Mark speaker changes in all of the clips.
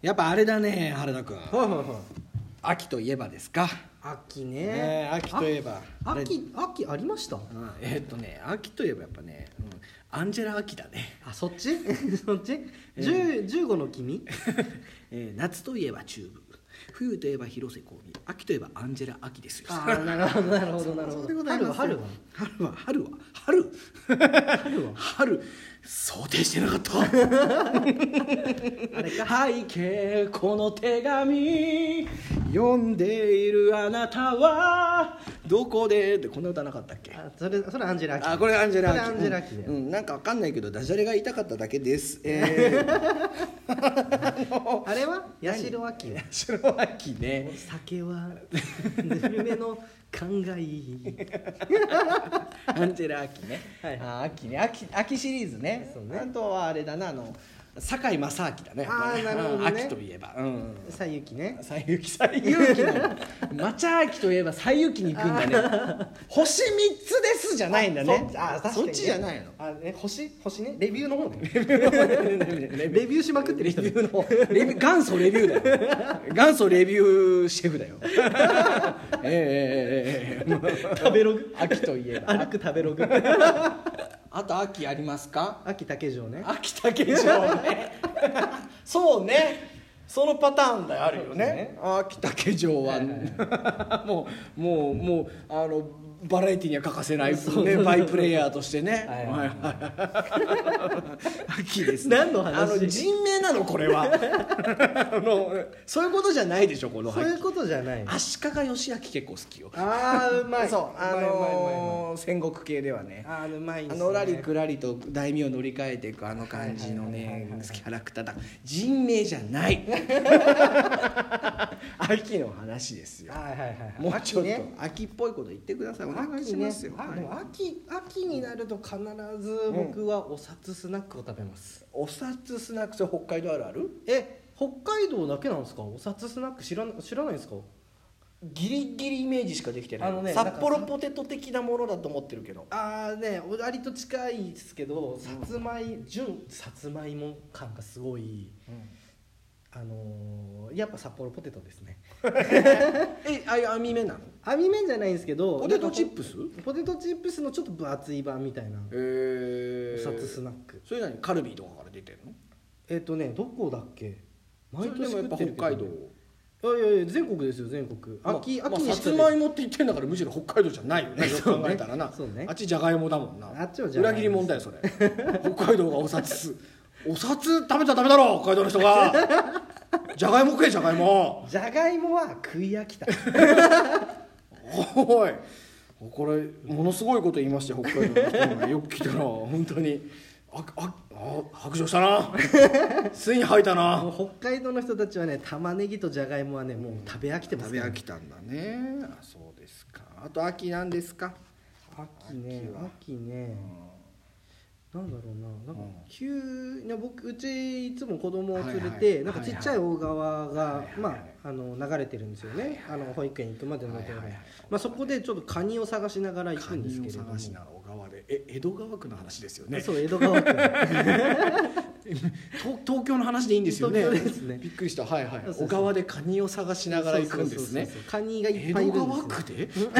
Speaker 1: やっぱあれだね原田君
Speaker 2: はいはいはい
Speaker 1: 秋といえばですか
Speaker 2: 秋ね
Speaker 1: ね秋といえば
Speaker 2: あ秋秋ありました
Speaker 1: うんえーっとね秋といえばやっぱね、うんアンジェラ・秋だね、
Speaker 2: あそっち そっち、十十15の君
Speaker 1: えー夏といえばチューブ冬といえば広瀬香美秋といえばアンジェラ・秋ですよ
Speaker 2: あーなるほどなるほどなるほ
Speaker 1: そう
Speaker 2: ど
Speaker 1: でございます
Speaker 2: 春は
Speaker 1: 春は春は春
Speaker 2: 春 は
Speaker 1: 春想定してなかった
Speaker 2: あれ か
Speaker 1: 背景この手紙読んでいるあなたはどこでってこんな歌なかったっけ
Speaker 2: あそれそれアンジェラ秋
Speaker 1: あこれアンジェラ
Speaker 2: それアンジェラ秋
Speaker 1: うん
Speaker 2: だよ、
Speaker 1: うんなんかわかんないけどダジャレが言いたかっただけですえ
Speaker 2: あれは八代秋よ
Speaker 1: ー、白秋ね
Speaker 2: お酒は 夢の感慨
Speaker 1: アンジェラ秋ね、
Speaker 2: はい
Speaker 1: あー秋ね秋秋シリーズね
Speaker 2: そうね
Speaker 1: あとはあれだなあの堺正明だね
Speaker 2: あーなるほど
Speaker 1: う
Speaker 2: ね
Speaker 1: ん秋といえばうん
Speaker 2: さゆきね
Speaker 1: 西遊記西遊記の抹茶秋といえば西遊記に行くんだ ね星三つですじゃないんだね
Speaker 2: あそあ確か
Speaker 1: そ
Speaker 2: に
Speaker 1: っ
Speaker 2: ね
Speaker 1: ちじゃないの
Speaker 2: あえ星星ねレビューの方ね
Speaker 1: レ
Speaker 2: レビューしまくってる人
Speaker 1: ビューのレ ビュー元祖レビューだよ元祖レビューシェフだ よええええええええ
Speaker 2: 食べロ グ
Speaker 1: 秋といえば
Speaker 2: 歩く食べログ
Speaker 1: あと秋ありますか
Speaker 2: 秋竹城ね
Speaker 1: 秋竹城ね そうねそのパターンだよあるよね秋竹城は、
Speaker 2: はいは い
Speaker 1: もうもうもうあのバラエティには欠かせない、
Speaker 2: そう
Speaker 1: ね、バイプレイヤーとしてね
Speaker 2: は い
Speaker 1: は
Speaker 2: はいい
Speaker 1: はい 秋ですね
Speaker 2: 何の話
Speaker 1: あの人名なのこれ はあのそういうことじゃないでしょこの
Speaker 2: そういうことじゃない
Speaker 1: 足利義明結構好きよ
Speaker 2: あーうまい
Speaker 1: そうあ
Speaker 2: うまいうまいうまい
Speaker 1: のー戦国系ではね
Speaker 2: あーうまいです
Speaker 1: あ
Speaker 2: ね
Speaker 1: のらりくらりと題名を乗り換えていくあの感じの
Speaker 2: はいはい
Speaker 1: ね
Speaker 2: はいはい
Speaker 1: キャラクターだ人名じゃない 秋の話ですよ
Speaker 2: はいはいはい
Speaker 1: もうちょっと
Speaker 2: 秋ね
Speaker 1: 秋っぽいこと言ってくださいお願いし
Speaker 2: 秋
Speaker 1: ま
Speaker 2: ね
Speaker 1: すよ、
Speaker 2: あ
Speaker 1: はい
Speaker 2: でも秋秋になると必ず僕はお札スナックを食べます、
Speaker 1: お札スナックス北海道あるある
Speaker 2: え北海道だけなんですかお札スナック知らな知らないですか
Speaker 1: ギリギリイメージしかできてない
Speaker 2: あのね
Speaker 1: 札幌ポテト的なものだと思ってるけど
Speaker 2: ああね割と近いですけどさつまい純さつまいも感がすごいあのーやっぱ札幌ポテトですね
Speaker 1: えああいう網目なの
Speaker 2: 網面じゃないんですけど
Speaker 1: ポテトチップス
Speaker 2: なんかポテトチップスのちょっと分厚い版みたいな
Speaker 1: へ
Speaker 2: お
Speaker 1: え
Speaker 2: 札スナック
Speaker 1: それ何カルビーとかから出てるの
Speaker 2: えっ、とねどこだっけ毎
Speaker 1: それ
Speaker 2: 年
Speaker 1: でもやっ
Speaker 2: 食
Speaker 1: ぱ
Speaker 2: ってるけど
Speaker 1: 北海道
Speaker 2: いやいやいや全国ですよ全国秋、
Speaker 1: まあ
Speaker 2: 秋
Speaker 1: まあ
Speaker 2: に
Speaker 1: さ
Speaker 2: して
Speaker 1: つ
Speaker 2: る
Speaker 1: まいもって言ってんだからむしろ北海道じゃないよ ねよく
Speaker 2: そうね
Speaker 1: 考えたらな
Speaker 2: そうね
Speaker 1: あっちじゃがいもだもんな
Speaker 2: あっちはじゃが
Speaker 1: 裏
Speaker 2: いも
Speaker 1: 切り者だよそれ北海道がお札お札食べちゃダメだろ北海道の人がじゃがいも食えじゃがいも
Speaker 2: じゃがいもは食い 飽きた
Speaker 1: おいこれものすごいこと言いましたよ北海道の人がよく聞いたら本当にあああ白状したなついに吐いたな
Speaker 2: もう北海道の人たちはね玉ねぎとじゃがいもはねもう食べ飽きてます
Speaker 1: 食べ
Speaker 2: から
Speaker 1: 飽きたんだねあそうですかあと秋なんですか
Speaker 2: 秋ね
Speaker 1: 秋は
Speaker 2: 秋ね、なんだろうななんか
Speaker 1: うん
Speaker 2: 急に僕うちいつも子供を連れて、
Speaker 1: はいはい
Speaker 2: なんかちっちゃい大川が、
Speaker 1: はいはい
Speaker 2: まああの流れてるんですよね、あの保育園行くまでのところ、
Speaker 1: はいはいはい
Speaker 2: まあそこでちょっとカニを探しながら行く
Speaker 1: カ
Speaker 2: んです
Speaker 1: ニを
Speaker 2: けれども
Speaker 1: 探しなら小川でえ江戸川区の話ですよね
Speaker 2: そう江戸 川区
Speaker 1: 東東京の話でいいんですよね
Speaker 2: 東京ですね
Speaker 1: びっくりしたはいはい
Speaker 2: そうそうそう
Speaker 1: 小川でカニを探しながら行くんですね
Speaker 2: そうそうそうそうカニがい
Speaker 1: 江
Speaker 2: っぱいい
Speaker 1: 戸
Speaker 2: るんで
Speaker 1: 川
Speaker 2: すよ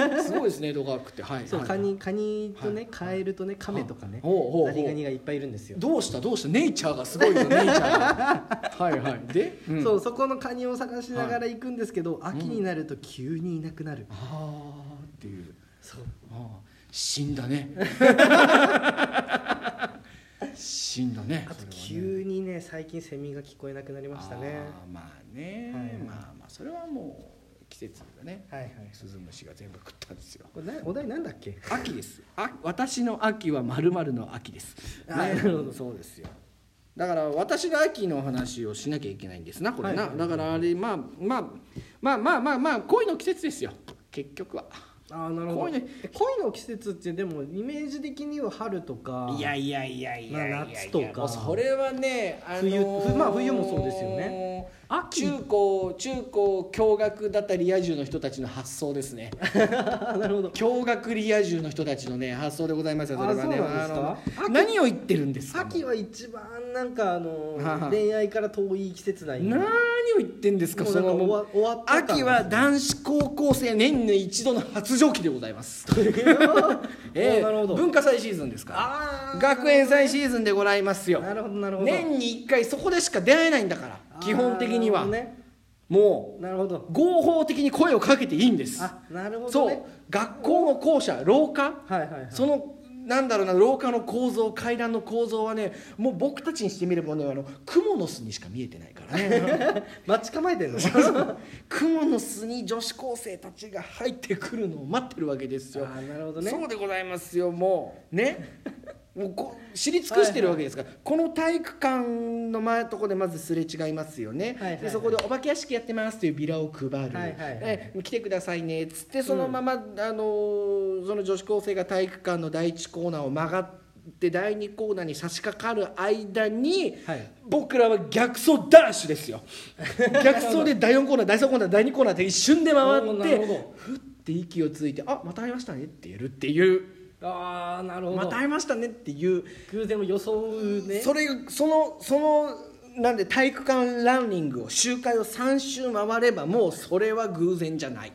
Speaker 1: 区で すごいですね江戸川区ってはい
Speaker 2: そう
Speaker 1: はい
Speaker 2: カニカニとね、
Speaker 1: はい
Speaker 2: カエルとねカメとかね
Speaker 1: あほうほうほう
Speaker 2: ザリガニがいっぱいいるんですよ
Speaker 1: どうしたどうしたネイチャーがすごいよネイチャーがはいはいで、ん
Speaker 2: そうそこのカニを探しながら行くんですけど、秋になると急にいなくなる、
Speaker 1: ああっていう
Speaker 2: そう
Speaker 1: ああ死んだ ね死んだね
Speaker 2: あと
Speaker 1: それはね
Speaker 2: 急にね最近セミが聞こえなくなりましたね
Speaker 1: あーまあね、
Speaker 2: はいはい
Speaker 1: まあまあそれはもう季節がね、
Speaker 2: はいはい
Speaker 1: スズムシが全部食ったんですよ
Speaker 2: これなお題なんだっけ
Speaker 1: 秋ですあ私の秋はまるまるの秋です
Speaker 2: あーなるほど
Speaker 1: そうですよだから私が秋の話をしなきゃいけないんですなこれな、
Speaker 2: はい
Speaker 1: だからあれまあまあまあまあまあまあ恋の季節ですよ結局は
Speaker 2: ああな
Speaker 1: ほ
Speaker 2: る
Speaker 1: ど
Speaker 2: 恋の恋の季節ってでもイメージ的には春とか
Speaker 1: いやいやいやいやいやいや
Speaker 2: まあ夏とか
Speaker 1: もうそれはね、あのー
Speaker 2: 冬ふまあ冬もそうですよね秋
Speaker 1: 中高中高共学だったリア充の人たちの発想ですね
Speaker 2: なるほど
Speaker 1: 共学リア充の人たちのね発想でございますよそれはね
Speaker 2: あそうなんですか
Speaker 1: あの何を言ってるんですか
Speaker 2: 秋は一番なんかあの
Speaker 1: はは
Speaker 2: 恋愛から遠い季節ない
Speaker 1: 何を言ってんですか
Speaker 2: もう
Speaker 1: そ
Speaker 2: なん
Speaker 1: の
Speaker 2: か終わ終わった感
Speaker 1: 秋は 男子高校生年に一度の発情期でござい ます、ええ
Speaker 2: なるほど
Speaker 1: 文化祭シーズンですか
Speaker 2: あ
Speaker 1: ら
Speaker 2: ー
Speaker 1: 学園祭シーズンでございますよ
Speaker 2: なるほどなるほど
Speaker 1: 年に1回そこでしか出会えないんだから
Speaker 2: あー
Speaker 1: 基本的には、
Speaker 2: なるほどね
Speaker 1: も
Speaker 2: なるほ
Speaker 1: う
Speaker 2: ど
Speaker 1: 合法的に声をかけていいんです、
Speaker 2: あなるほど
Speaker 1: そう
Speaker 2: ね
Speaker 1: 学校の校舎廊下
Speaker 2: はいはいはい
Speaker 1: そのなんだろうな廊下の構造階段の構造はねもう僕たちにしてみればねあのクモの巣にしか見えてないから ね
Speaker 2: 待ち構えてんの
Speaker 1: クモの巣に女子高生たちが入ってくるのを待ってるわけですよ
Speaker 2: あーなるほどね
Speaker 1: そうでございますよもうねもうこう知り尽くしてるわけですから、この体育館の前のとこでまずすれ違いますよね、
Speaker 2: はいはいはい
Speaker 1: でそこで「お化け屋敷やってます」というビラを配る、
Speaker 2: はいはいはい
Speaker 1: で来てくださいね」っつってそのまま、あのーその女子高生が体育館の第一コーナーを曲がって第二コーナーに差し掛かる間に、
Speaker 2: はい
Speaker 1: 僕らは逆走ダッシュです よ逆走で第4コーナー第3コーナー第2コーナーって一瞬で回
Speaker 2: おー
Speaker 1: っ
Speaker 2: なるほ
Speaker 1: て
Speaker 2: ど
Speaker 1: ふって息をついて「あまた会いましたね」って言えるっていう
Speaker 2: ああ
Speaker 1: 「
Speaker 2: なるほど
Speaker 1: また会いましたね」っていう
Speaker 2: 偶然を装うね
Speaker 1: それがそのそのなんで体育館ランニングを周回を3周回ればもうそれは偶然じゃない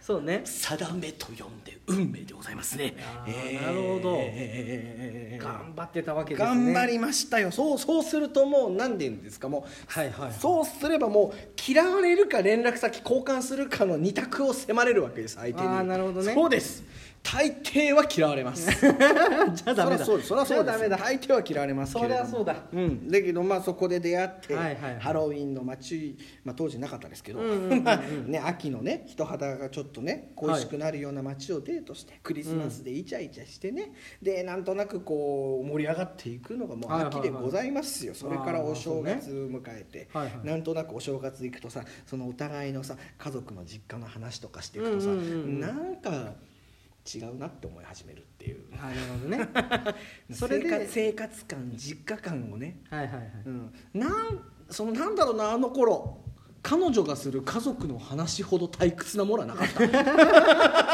Speaker 2: そうね
Speaker 1: 定めと呼んで運命でございますね
Speaker 2: あ、
Speaker 1: え
Speaker 2: ー
Speaker 1: ー
Speaker 2: なるほど
Speaker 1: えー
Speaker 2: 頑張ってたわけです
Speaker 1: 頑
Speaker 2: ね
Speaker 1: 張りましたよそうそうするともう何て言うんですかもう、
Speaker 2: はいはいはい
Speaker 1: そうすればもう嫌われるか連絡先交換するかの二択を迫れるわけです相手に
Speaker 2: あーなるほどね
Speaker 1: そうです大抵は嫌われます
Speaker 2: じゃあダメだ
Speaker 1: そりゃそうですそりゃそうです
Speaker 2: じゃあダメだ
Speaker 1: 大抵は嫌われますけれども
Speaker 2: そりゃそうだ
Speaker 1: うん、だけどまあそこで出会って、
Speaker 2: はいはいはい
Speaker 1: ハロウィンの街、まあ、当時なかったですけど、
Speaker 2: うんうんうん うん
Speaker 1: まあね、秋のね人肌がちょっとね恋しくなるような街をデートして、クリスマスでイチャイチャしてね、でなんとなくこう盛り上がっていくのがもう秋でございますよ、
Speaker 2: はいはいはい
Speaker 1: それからお正月迎えて、
Speaker 2: あーそうねはいはい
Speaker 1: なんとなくお正月行くとさそのお互いのさ家族の実家の話とかしていくとさ、
Speaker 2: うんうんうんうん
Speaker 1: なんか違うなって思い始めるっていう。
Speaker 2: あーなるほどね
Speaker 1: そ
Speaker 2: そ
Speaker 1: れ
Speaker 2: れ
Speaker 1: で
Speaker 2: で
Speaker 1: 生活生活感実家感をね、
Speaker 2: はいはいはい
Speaker 1: うん、なんそのなんだろうなあの頃彼女がする家族の話ほど退屈なものはなかった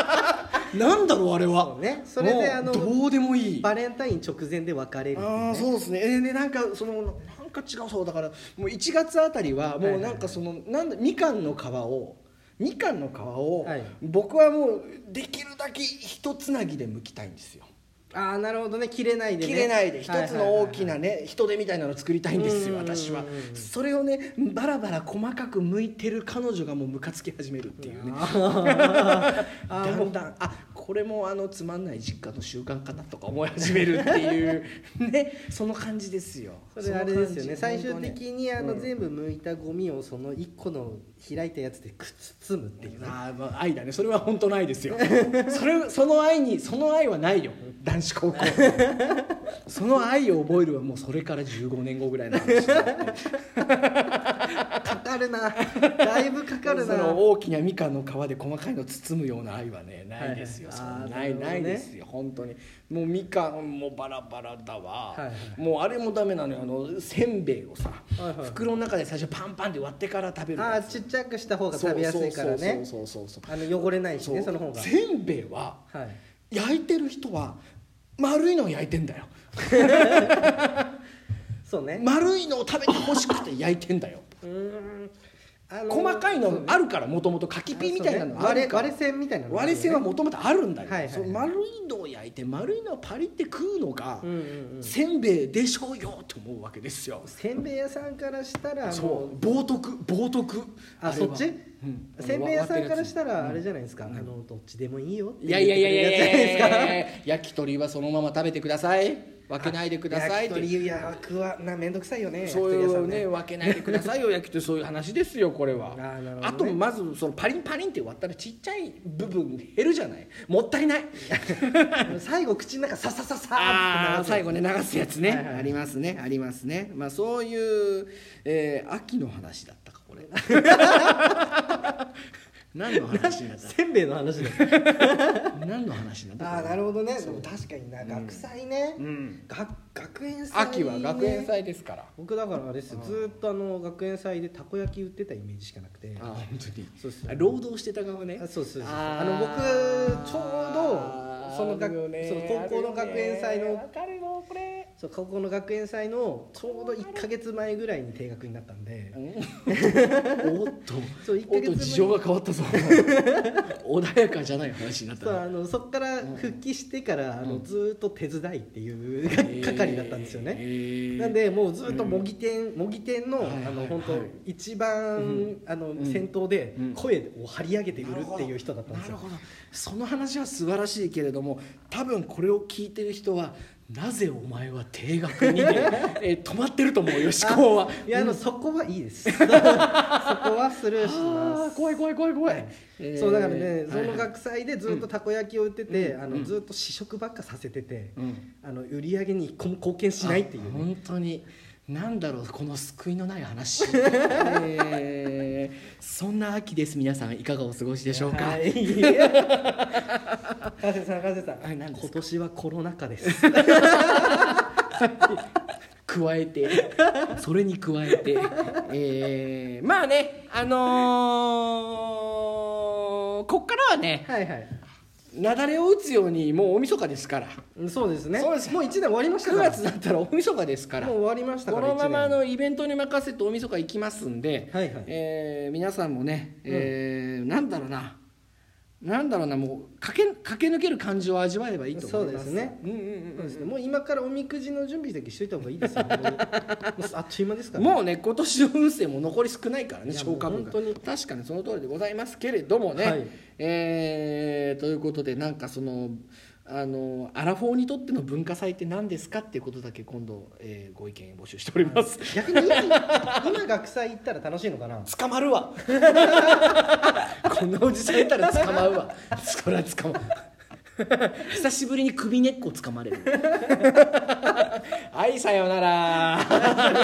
Speaker 1: なんだろうあれは
Speaker 2: そうねそれで
Speaker 1: もう
Speaker 2: あの
Speaker 1: どうでもいい
Speaker 2: バレンタイン直前で別れるってい
Speaker 1: あ
Speaker 2: う
Speaker 1: あ
Speaker 2: ね
Speaker 1: そうですねえーねなんかそのなんか違うそうだからもう1月あたりはもうなんかその、なんだみかんの皮をみかんの皮を、
Speaker 2: はい
Speaker 1: 僕はもうできるだけ一つなぎで剥きたいんですよ
Speaker 2: ああなるほどね切れないでね
Speaker 1: 切れないで一つの大き
Speaker 2: は
Speaker 1: なね人手みたいなのを作りたいんですよ
Speaker 2: うん
Speaker 1: 私は
Speaker 2: うんうん
Speaker 1: それをねバラバラ細かく向いてる彼女がもうムカつき始めるっていうね
Speaker 2: あー
Speaker 1: だんだんあこれもあのつまんない実家の習慣かなとか思い始めるっていうねその感じですよ
Speaker 2: いはいはいそれあれですよね
Speaker 1: その
Speaker 2: 最
Speaker 1: 感じ
Speaker 2: 終
Speaker 1: 本当
Speaker 2: 的にあの
Speaker 1: うん
Speaker 2: 全部剥いたゴミをその一個の開いたやつでくっつむっていうね
Speaker 1: あーまあ愛だねそれは本当の愛ですよ それその愛にその愛はないよ男子 高校生その愛を覚えるはもうそれから15年後ぐらいの話だね
Speaker 2: かかる なだいぶかかるな
Speaker 1: その大きなみかんの皮で細かいの包むような愛はねないですよ、
Speaker 2: はい
Speaker 1: そんな
Speaker 2: あー
Speaker 1: ない
Speaker 2: なるほどね
Speaker 1: ないですよ本当にもうみかんもバラバラだわ、
Speaker 2: はいは
Speaker 1: もうあれもダメなのよあのせんべいをさ、
Speaker 2: はいはい
Speaker 1: 袋の中で最初パンパンって割ってから食べる
Speaker 2: あ
Speaker 1: や
Speaker 2: あ
Speaker 1: つ
Speaker 2: ちっちゃくした方が食べやすいからね
Speaker 1: そうそうそうそう
Speaker 2: あの汚れないし
Speaker 1: そう
Speaker 2: ねその方が
Speaker 1: せんべいは
Speaker 2: はい
Speaker 1: 焼いてる人は丸いのを焼いてんだよ
Speaker 2: そうね
Speaker 1: 丸いのを食べてほしくて焼いてんだよ
Speaker 2: うーんあの
Speaker 1: 細かいのあるからもともと柿ピーみたいなのあるから
Speaker 2: 割れ割れ線みたいなのがある
Speaker 1: 割れ
Speaker 2: よね
Speaker 1: 線はもともとあるんだよ、
Speaker 2: はいはいはい
Speaker 1: その丸いのを焼いて丸いのをパリって食うのが、
Speaker 2: うんうんうん
Speaker 1: せんべいでしょうよと思うわけですよ
Speaker 2: せんべい屋さんからしたらも
Speaker 1: そうう冒涜冒涜
Speaker 2: あ
Speaker 1: れ
Speaker 2: そ
Speaker 1: は
Speaker 2: っち、
Speaker 1: うん
Speaker 2: せんべい屋さんからした
Speaker 1: うん
Speaker 2: らあれじゃないですか、あのどっちでもいいよって
Speaker 1: いやいやいやいやいやいやい
Speaker 2: じゃない
Speaker 1: やい
Speaker 2: ですか
Speaker 1: や焼き鳥はそのまま食べてください分けないでくださいって
Speaker 2: 焼き鳥いやくわなめんどくさいよね
Speaker 1: そういう
Speaker 2: 焼き鳥屋さん
Speaker 1: ね分けないでくださいよ焼き鳥そういう話ですよこれは
Speaker 2: あーなるほどね
Speaker 1: あとまずそのパリンパリンって割ったらちっちゃい部分減るじゃないもったいない
Speaker 2: 最後口の中ささささ
Speaker 1: ああー最
Speaker 2: 後
Speaker 1: 後ね流すやつね、
Speaker 2: はいはい
Speaker 1: ありますねありますねまあそういう、えー秋の話だったかこれ 何の話になった
Speaker 2: せんべいの話だ
Speaker 1: 何の話になった
Speaker 3: ああなるほどねでも確かにな、
Speaker 1: うん
Speaker 3: 学祭ね、
Speaker 1: うん
Speaker 3: が学園祭、ね、
Speaker 1: 秋は学園祭ですから
Speaker 2: 僕だからあれですよ
Speaker 1: うん
Speaker 2: ずーっとあの学園祭でたこ焼き売ってたイメージしかなくて
Speaker 1: あ本当に
Speaker 2: そうです
Speaker 1: あ労働してた側ね
Speaker 2: あそうですそうです
Speaker 1: あー
Speaker 2: あの僕ちょうどその
Speaker 1: あるよ
Speaker 2: 学、
Speaker 1: ね
Speaker 2: その高校の学園祭
Speaker 3: あるよね
Speaker 2: の
Speaker 3: わかるのこれ
Speaker 2: そう高校の学園祭のちょうど1か月前ぐらいに定額になったんで
Speaker 1: うんおっと
Speaker 2: そう1
Speaker 1: お
Speaker 2: か
Speaker 1: っと
Speaker 2: 月前
Speaker 1: 事情が変わった ぞ穏やかじゃない話になっ
Speaker 2: そう
Speaker 1: た
Speaker 2: あのそこから復帰してから、あ
Speaker 1: う
Speaker 2: の
Speaker 1: ん
Speaker 2: ずーっと手伝いっていう 係だったんですよね、
Speaker 1: ね
Speaker 2: なんでもうずっと模擬店、模擬店の、
Speaker 1: はいはいはい
Speaker 2: あの本当一
Speaker 1: う
Speaker 2: 番
Speaker 1: ん
Speaker 2: あの、
Speaker 1: ん
Speaker 2: 先頭で
Speaker 1: うん
Speaker 2: 声を張り上げて売るっていう人だったんで
Speaker 1: な
Speaker 2: す
Speaker 1: る
Speaker 2: よ。
Speaker 1: ほどその話は素晴らしいけれども多分これを聞いてる人はなぜお前は定額にで、えー止まってると思うよ思考 は。
Speaker 2: いやあの、そこはいい です。そ こはスルーし
Speaker 1: あ
Speaker 2: ま
Speaker 1: ー
Speaker 2: す。
Speaker 1: 怖い怖い怖い怖い、えー
Speaker 2: そうだからね、
Speaker 1: はいはい
Speaker 2: その学祭でずっとたこ焼きを売ってて、
Speaker 1: うん
Speaker 2: あ
Speaker 1: うん
Speaker 2: のずっと試食ばっかさせてて、
Speaker 1: うん
Speaker 2: あの売り上げに一個も貢献しないっていう、
Speaker 1: あ
Speaker 2: ね。
Speaker 1: 本当に何だろうこの救いのない話、 えーそんな秋です皆さんいかがお過ごしでしょうか、
Speaker 2: はい。
Speaker 3: 川瀬さん川瀬さん
Speaker 1: あれ何ですか
Speaker 2: 今年はコロナ禍です。
Speaker 1: 加え てそれに加えてえーまあねあのーこっからはね
Speaker 2: はいはい。
Speaker 1: 雪崩を打つようにもう大晦日ですから
Speaker 2: うんそうですね。
Speaker 1: そうです
Speaker 2: もう一年終わりました
Speaker 1: 9
Speaker 2: から。
Speaker 1: 月だったら大晦日ですから
Speaker 2: もう終わりましたか
Speaker 1: こ
Speaker 2: ら。
Speaker 1: のままあ
Speaker 2: 一年
Speaker 1: のイベントに任せて大晦日行きますんで、
Speaker 2: はいはい
Speaker 1: えー皆さんもね、えーなんだろうななんだろうなもう駆け駆け抜ける感じを味わえばいいと思います
Speaker 2: そうですね
Speaker 1: うんうんうん
Speaker 2: そうですね、もう今からおみくじの準備だけしといた方がいいです よ。もうもうあっという間ですから、ね。
Speaker 1: もうね今年の運勢も残り少ないからね
Speaker 2: いや
Speaker 1: 消化分が
Speaker 2: もう本
Speaker 1: 確かにその通りでございますけれどもね、
Speaker 2: はい
Speaker 1: えーということでなんかそのあのアラフォーにとっての文化祭って何ですかっていうことだけ今度、えーご意見募集しております、
Speaker 2: 逆に今今学祭行ったら楽しいのかな。
Speaker 1: 捕まるわこんなおじさんいたら捕まうわ そりゃ捕まう久しぶ りに首根っこ捕まれるはいさようなら